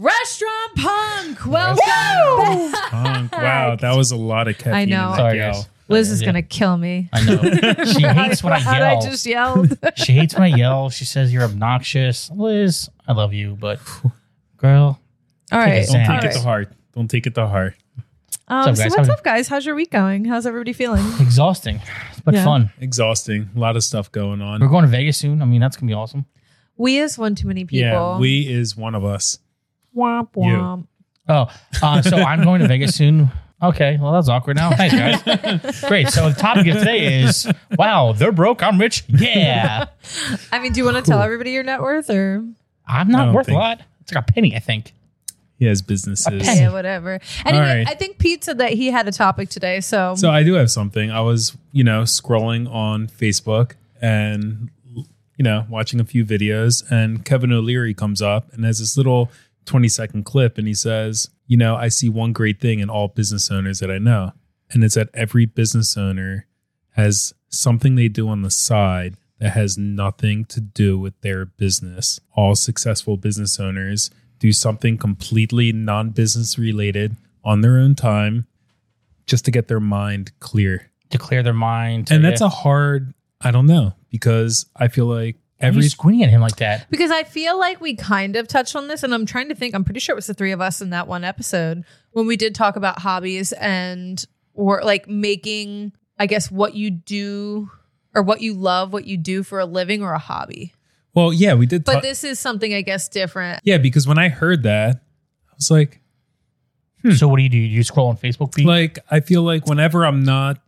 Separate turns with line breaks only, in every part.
Restaurant Punk, welcome back.
Punk. Wow, that was a lot of caffeine.
I know.
in that
Sorry,
yell.
guys.
Liz is
Yeah.
gonna kill me.
I know. She hates when I
What
yell.
I just yelled.
She hates when I yell. She says you're obnoxious. Liz, I love you, but girl,
All right.
Take
All
Don't
Damn.
take it
right.
to heart. Don't take it to heart.
Um,
What's up,
so
guys?
what's
How-
up, guys? How's your week going? How's everybody feeling?
exhausting, but
Yeah.
fun.
Exhausting. A lot of stuff going
We're
on.
going to Vegas soon. I mean, that's gonna be awesome.
We is one too many people.
Yeah, we is one of us.
womp
You.
womp.
Oh, uh, so I'm going to Vegas soon. Okay, well that's awkward now. Thanks, guys. Great. So the topic of today is wow, they're broke. I'm rich. Yeah,
I mean, do you want to tell everybody your net worth or
I'm
I
not
don't
worth
think-
a lot. It's like a penny, I think.
He has businesses.
Okay.
yeah, whatever? Anyway,
right.
I think Pete said that he had a topic today, so,
So I do have something. I was, you know, scrolling on Facebook and you know, watching a few videos and Kevin O'Leary comes up and has this little 20 second clip and he says, "You know, I see one great thing in all business owners that I know, and it's that every business owner has something they do on the side that has nothing to do with their business. All successful business owners do something completely non-business related on their own time just to get their mind clear.
To clear their mind.
And that's a hard, I don't know, because I feel like
every
every
squinting at him like that.
because I feel like we kind of touched on this, and I'm trying to think. I'm pretty sure it was the three of us in that one episode when we did talk about hobbies and or like making, I guess, what you do or what you love, what you do for a living or a hobby.
well, yeah, we did.
But
talk-
this is something, I guess, different.
yeah, because when I heard that, I was like,
So what do you do? You scroll on Facebook, Pete?
Hmm. like I feel like whenever I'm not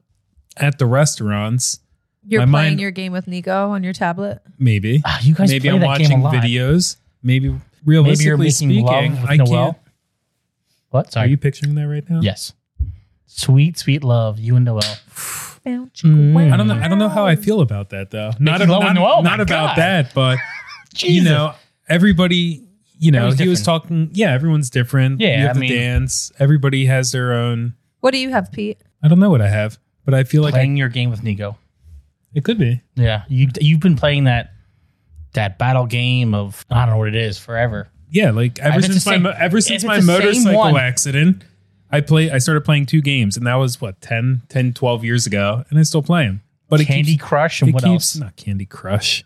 at the restaurants,
You're
My
playing
mind-
your game with Nico on your tablet.
maybe,
Ah, you guys
maybe
play
I'm
that game
watching
a lot.
videos, maybe realistically
making
speaking,
love with
I
Noelle?
can't.
What?
Are
Sorry.
you picturing that right now?
yes. Sweet, sweet love, you and Noel.
Mm. I don't know. I don't know how I feel about that though.
love
Not,
with
not,
Noelle? Oh my
not about
God.
that, but you know, everybody, you know,
Everyone's
he was talking. Yeah, everyone's different.
Yeah,
you
I
have to
mean-
dance. Everybody has their own.
What do you have, Pete?
I don't know what I have, but I feel like I,
playing your game with Nico.
it could be.
Yeah, you you've been playing that that battle game of I don't know what it is forever.
Yeah, like ever
it's the
since my
same-
mo- ever
if
since
it's
my
the same one.
motorcycle accident, I play. I started playing two games, and that was what 10, 10 12 years ago, and I still play them. But it
Candy
keeps,
Crush
it
and what else?
keeps not Candy Crush,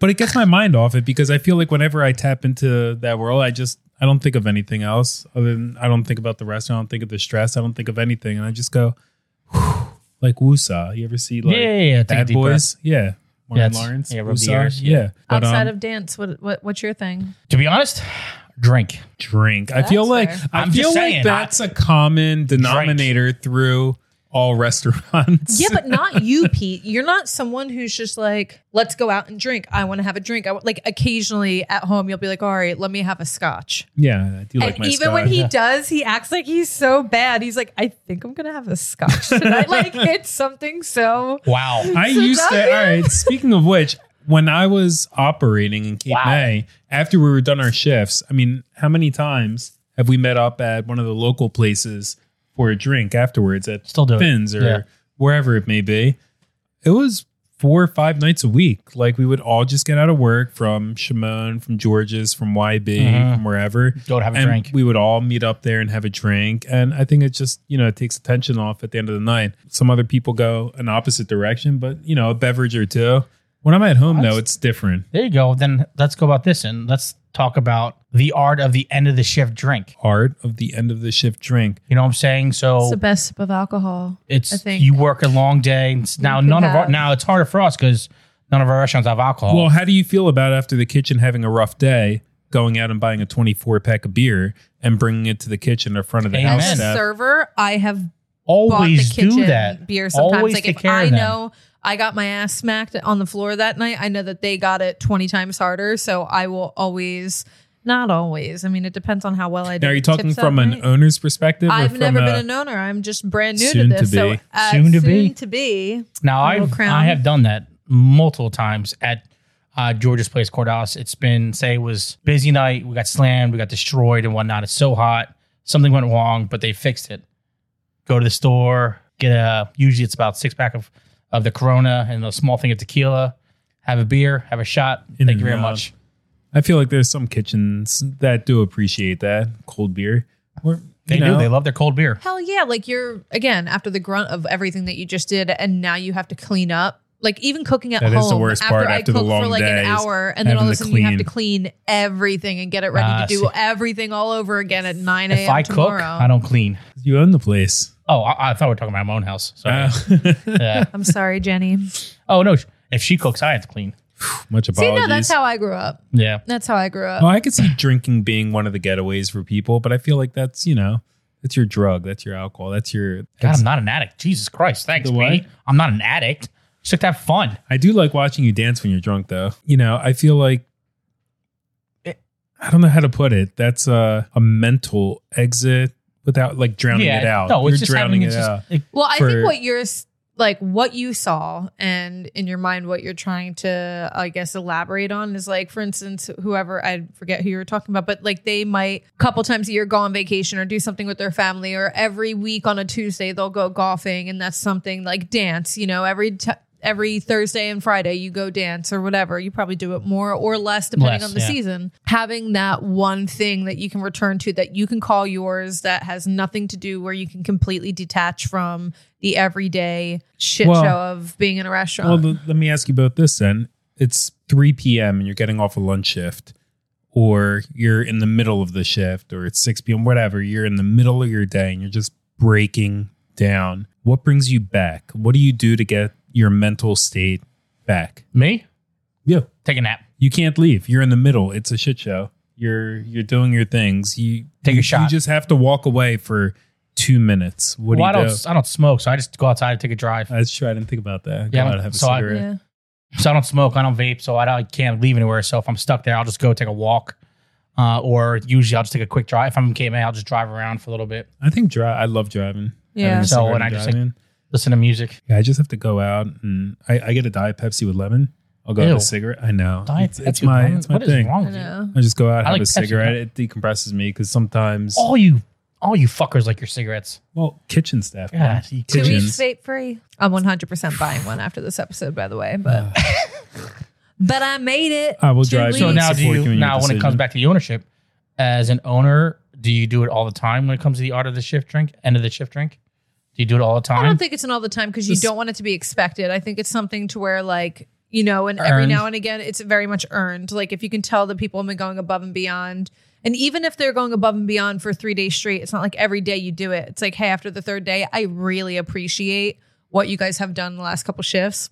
but it gets my mind off it because I feel like whenever I tap into that world, I just I don't think of anything else other than I don't think about the rest. I don't think of the stress. I don't think of anything, and I just go whew, like Wusa. You ever see like
yeah, yeah, yeah. Take a
Bad
deep breath.
Boys? Yeah. Martin
it's-
Lawrence,
yeah, rub the
Wusa,
ears, yeah.
yeah. But,
Outside
um,
of dance, what, what what's your thing?
To be honest, drink.
drink. I feel
That's
like
fair.
I
I'm just
feel
saying,
like that's a common denominator through all restaurants.
Yeah, but not you, Pete. You're not someone who's just like, let's go out and drink. I want to have a drink. I want, like occasionally at home, you'll be like, all right, let me have a scotch.
yeah, I do like
and
my
even
Scotch.
when he does, he acts like he's so bad. He's like, I think I'm gonna have a scotch tonight. like it's something so.
Wow.
I
So
used to.
dumb.
All right. Speaking of which, when I was operating in Cape
Wow.
May, after we were done our shifts, I mean, how many times have we met up at one of the local places for a drink afterwards at
Still do it.
Finn's or
Yeah.
wherever it may be? It was four or five nights a week. Like we would all just get out of work from Shimon, from George's, from YB,
Mhm.
from wherever.
Go to have a
and
drink.
We would all meet up there and have a drink. And I think it just, you know, it takes attention off at the end of the night. Some other people go an opposite direction, but, you know, a beverage or two. When I'm at home, though, it's different.
There you go. Then let's go about this and let's talk about the art of the end of the shift drink.
Art of the end of the shift drink.
You know what I'm saying?
It's
So
the best sip of alcohol. I
it's
think-
you work a long day. and it's- Now
could
none of
have-
our now it's harder for us because none of our restaurants have alcohol.
Well, how do you feel about after the kitchen having a rough day, going out and buying a 24 pack of beer and bringing it to the kitchen in front of the
Amen.
house
As a
staff?
server, I have
always
bought the kitchen
do that.
beer sometimes.
Always
like
take
if
care
I
of them.
know I got my ass smacked on the floor that night, I know that they got it twenty times harder. So I will always, not always. I mean, it depends on how well I do.
Now, are you talking
tips that
from an
night.
owner's perspective? or
I've
from
never
a-
been an owner. I'm just brand new to
soon to
this. so
be.
uh,
Soon to be.
soon to be.
Now
Little
I
crown.
I have done that multiple times at uh, George's place, Cordas. It's been say it was busy night. We got slammed, we got destroyed, and whatnot. It's so hot. Something went wrong, but they fixed it. Go to the store, get a. Usually it's about six pack of of the Corona and a small thing of tequila. Have a beer, have a shot. Thank
In
you
and
very
out.
much.
I feel like there's some kitchens that do appreciate that cold beer. Or,
They
you know,
do. They love their cold beer.
Hell yeah. Like you're again after the grunt of everything that you just did and now you have to clean up. Like even cooking at
That
home
is the worst
after
part
I
after the
cook for
long
like
day
an
is
hour and then all of a
having to
sudden you have to
clean.
clean everything and get it ready
Ah,
to do
see.
everything all over again at nine AM
If I
tomorrow.
cook, I don't clean.
you own the place.
Oh, I, I thought we were talking about my own house. Sorry.
Ah.
Yeah.
I'm sorry, Jenny.
Oh no. If she cooks, I have to clean.
Much
See,
apologies.
no, that's how I grew up.
Yeah.
That's how I grew up.
Oh, I could see drinking being one of the getaways for people, but I feel like that's you know that's your drug, that's your alcohol, that's your.
God,
that's-
I'm not an addict. Jesus Christ. Thanks,
The what?
Pete. I'm not an addict. Just like to have fun.
I do like watching you dance when you're drunk, though. You know, I feel like I don't know how to put it. That's a a mental exit without like drowning it out.
No,
you're
it's just having,
drowning
it's
it
just,
out.
it-
Well, I
for-
think what you're s- like what you saw and in your mind what you're trying to I guess elaborate on is like for instance whoever I forget who you were talking about but like they might a couple times a year go on vacation or do something with their family or every week on a Tuesday they'll go golfing and that's something like dance, you know, every t- every Thursday and Friday you go dance or whatever. You probably do it more or less depending
Less,
on the
yeah.
season. Having that one thing that you can return to that you can call yours that has nothing to do where you can completely detach from the everyday shit
Well-
show of being in a
Well,
restaurant.
th- let me ask you both this then. It's 3 p.m. and you're getting off a lunch shift, or you're in the middle of the shift, or it's 6 p.m., whatever. You're in the middle of your day and you're just breaking down. What brings you back? What do you do to get your mental state back?
me?
Yeah.
Take a nap.
You can't leave. You're in the middle. It's a shit show. You're you're doing your things. You
Take a
you- You
shot.
just have to walk away for two minutes. What
well,
do you
I
do? Uh.
don't I don't smoke, so I just go outside and take a drive.
That's true. I didn't think about
Yeah,
that. Go out and have a
so I-
cigarette.
yeah.
So I don't smoke, I don't vape, so I, don't, I can't leave anywhere. So if I'm stuck there, I'll just go take a walk. Uh, or usually I'll just take a quick drive. If I'm in KMA, I'll just drive around for a little bit,
I think drive. I love driving.
Yeah.
Having a
So,
cigarette
and I just, like,
driving.
listen to music.
yeah, I just have to go out and I, I get a diet Pepsi with lemon. I'll go have
Ew.
a cigarette. I know.
Diet
it's, it's
Pepsi,
my
Ron,
it's my
what is
thing.
I
wrong with you?
know.
I just go out,
I
have
like
a
Pepsi, Oh.
cigarette. It decompresses me because sometimes
All you all you fuckers like your cigarettes.
well kitchen staff.
Yeah,
man.
you
To each
Kitchens.
vape free. I'm 100% buying one after this episode, by the way, but but I made it.
I will
to
drive you
So
leave.
Please
now, do
support you in
you,
your
now when it comes
decision.
back to the ownership, as an owner, do you do it all the time when it comes to the art of the shift drink, end of the shift drink? Do you do it all the time?
I don't think it's an all the time because you
Just-
don't want it to be expected. I think it's something to where like you know, and every
Earned.
now and again, it's very much earned. Like if you can tell the people have been going above and beyond, and even if they're going above and beyond for three days straight, it's not like every day you do it. It's like, hey, after the third day, I really appreciate what you guys have done the last couple shifts.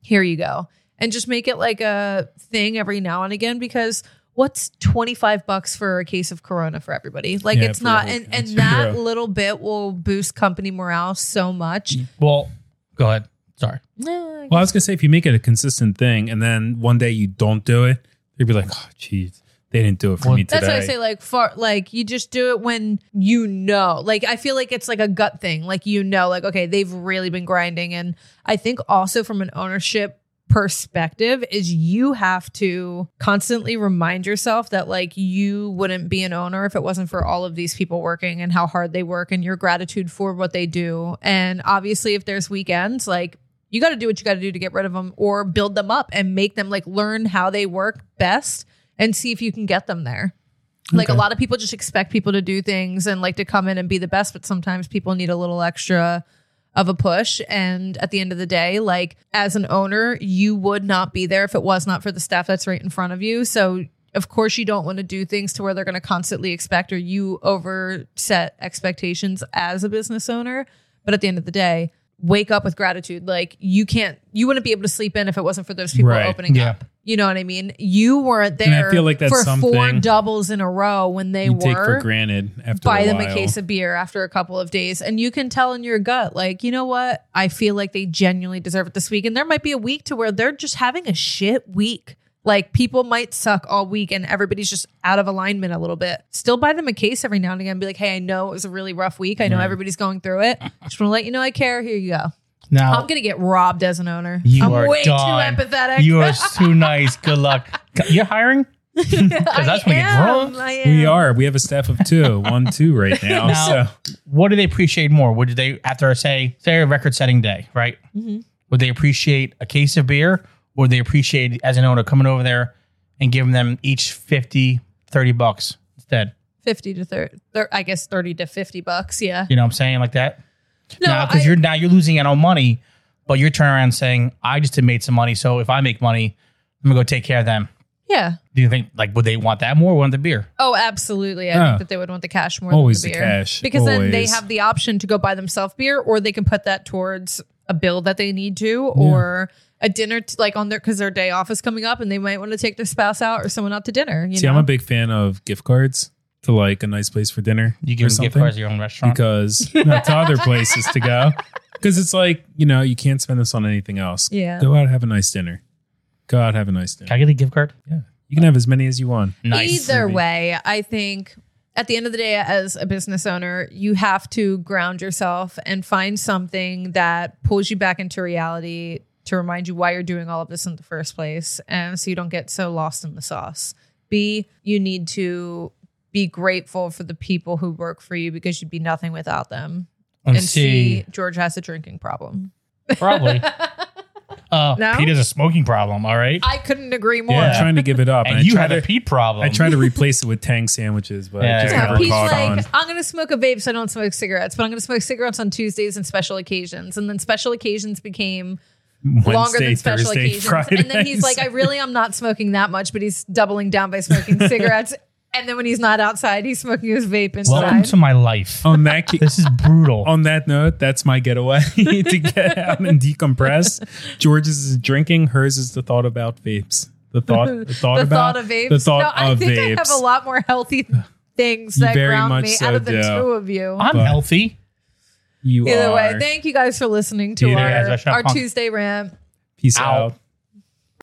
Here you go, and just make it like a thing every now and again because. What's 25 bucks for a case of corona for everybody? Like
Yeah,
it's
for
not
every-
and,
that's
and that
true.
little bit will boost company morale so much.
Mm.
well, go ahead. Sorry.
No,
Well, I was gonna say if you make it a consistent thing, and then one day you don't do it, you'd be like, "Oh, jeez, they didn't do it for
Well,
me today."
that's why I say like far like you just do it when you know. Like I feel like it's like a gut thing. Like you know, like okay, they've really been grinding. And I think also from an ownership perspective is you have to constantly remind yourself that like you wouldn't be an owner if it wasn't for all of these people working and how hard they work and your gratitude for what they do. And obviously if there's weekends, like you got to do what you got to do to get rid of them or build them up and make them like learn how they work best and see if you can get them there. Like a
Okay.
lot of people just expect people to do things and like to come in and be the best, but sometimes people need a little extra of a push. And at the end of the day, like as an owner, you would not be there if it was not for the staff that's right in front of you. So, of course, you don't want to do things to where they're going to constantly expect or you overset expectations as a business owner. But at the end of the day, wake up with gratitude. Like you can't, you wouldn't be able to sleep in if it wasn't for those people
Right.
opening
Yeah.
up. You know what I mean? You weren't there
And I feel like that's
for four
something
doubles in a row when they
you
were
take for granted after
buy
a
them
while.
a case of beer after a couple of days and you can tell in your gut like you know what i feel like they genuinely deserve it this week and there might be a week to where they're just having a shit week like people might suck all week and everybody's just out of alignment a little bit still buy them a case every now and again and be like hey i know it was a really rough week i know everybody's going through it just want to let you know i care here you go
Now
i'm gonna get robbed as an owner
Uh, You
i'm
are
way
done.
too empathetic
you are too nice. Good luck. You're hiring?
because
that's when you get drunk.
we are. We have a staff of two, one, two right now.
Now-
so
What do they appreciate more? Would they after say say a record setting day, right?
Mm-hmm.
Would they appreciate a case of beer, or would they appreciate as an owner coming over there and giving them each 50, 30 bucks instead.
50 to 30, thir- I guess 30 to 50 bucks. Yeah.
You know what I'm saying? Like that.
No,
now, because
I-
you're now you're losing out on money, but you're turning around saying, I just made some money. So if I make money, I'm gonna go take care of them.
yeah.
Do you think like would they want that more or want the beer?
Oh, absolutely. I
Yeah.
think that they would want the cash more
Always the
than the beer.
cash.
Because then they
Always.
have the option to go buy themselves beer or they can put that towards a bill that they need to or a dinner t- like on their cuz their day off is coming up and they might want to take their spouse out or someone out to dinner, you
See,
know.
I'm a big fan of gift cards to like a nice place for dinner.
You give
or
them gift
something.
cards to your own restaurant.
because not to other places to go. Because it's like you know you can't spend this on anything else.
Yeah.
Go out have a nice dinner. Go out have a nice
Can Mm.
dinner.
I get a gift card?
Yeah, you can have as many as you want.
Nice.
Either way, I think at the end of the day, as a business owner, you have to ground yourself and find something that pulls you back into reality to remind you why you're doing all of this in the first place. And so you don't get so lost in the sauce. B, you need to be grateful for the people who work for you because you'd be nothing without them.
And
and
see,
C, George has a drinking problem.
probably. Uh,
No?
Pete has a smoking problem. All right,
I couldn't agree more.
I'm
Yeah.
trying to give it up.
and
I
you
try
had
to,
a Pete problem.
I tried to replace it with Tang sandwiches, but
Yeah,
it just
there you
never
go.
He's
caught
like,
on.
I'm gonna smoke a vape, so I don't smoke cigarettes, but I'm gonna smoke cigarettes on Tuesdays and special occasions. And then special occasions became longer
Wednesday,
than special
Thursday,
occasions.
Friday.
And then he's like, I really am not smoking that much, but he's doubling down by smoking cigarettes. And then when he's not outside, he's smoking his vape inside.
Welcome to my life.
on that ca-
This is brutal.
on that note, that's my getaway to get out and decompress. George's is drinking. Hers is the thought about vapes. The thought, the thought
the
about
thought of vapes.
The thought
no, I
of
think
vapes.
I have a lot more healthy things
You
that
very
ground
much
me
so
out of the
do.
two of you.
I'm
But-
healthy.
You
Either
are
way, thank you guys for listening to
Peter
our,
has a shot
our
punk.
Tuesday rant.
peace
Ow.
out.